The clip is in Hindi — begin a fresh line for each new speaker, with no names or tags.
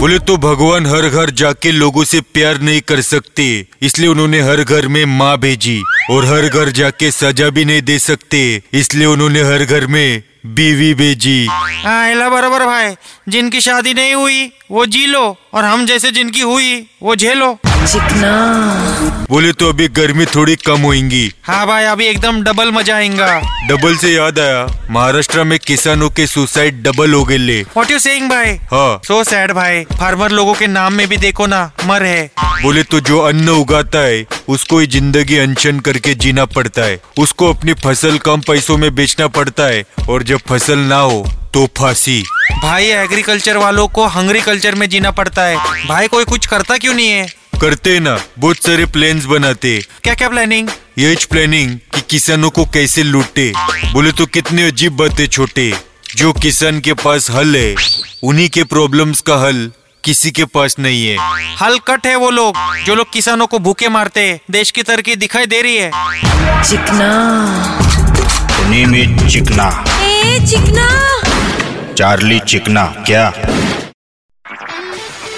बोले तो भगवान हर घर जाके लोगों से प्यार नहीं कर सकते इसलिए उन्होंने हर घर में माँ भेजी और हर घर जाके सजा भी नहीं दे सकते इसलिए उन्होंने हर घर में बीवी भेजी
हाँ इला बराबर भाई जिनकी शादी नहीं हुई वो जी लो और हम जैसे जिनकी हुई वो झेलो
चिकना
बोले तो अभी गर्मी थोड़ी कम होगी
हाँ भाई अभी एकदम डबल मजा आएगा
डबल से याद आया महाराष्ट्र में किसानों के सुसाइड डबल हो गए ले
व्हाट यू सेइंग भाई
हाँ
सो सैड भाई फार्मर लोगों के नाम में भी देखो ना मर है
बोले तो जो अन्न उगाता है उसको ही जिंदगी अनशन करके जीना पड़ता है उसको अपनी फसल कम पैसों में बेचना पड़ता है और जब फसल ना हो तो फांसी
भाई एग्रीकल्चर वालों को हंग्री कल्चर में जीना पड़ता है भाई कोई कुछ करता क्यों नहीं है
करते ना बहुत सारे प्लान्स बनाते
क्या क्या प्लानिंग
यही प्लानिंग कि किसानों को कैसे लूटे बोले तो कितने अजीब बातें छोटे जो किसान के पास हल है उन्हीं के प्रॉब्लम्स का हल किसी के पास नहीं है
हल कट है वो लोग जो लोग किसानों को भूखे मारते हैं देश की तरक्की दिखाई दे रही है
चिकना
धने में चिकना
चिकना
चार्ली चिकना क्या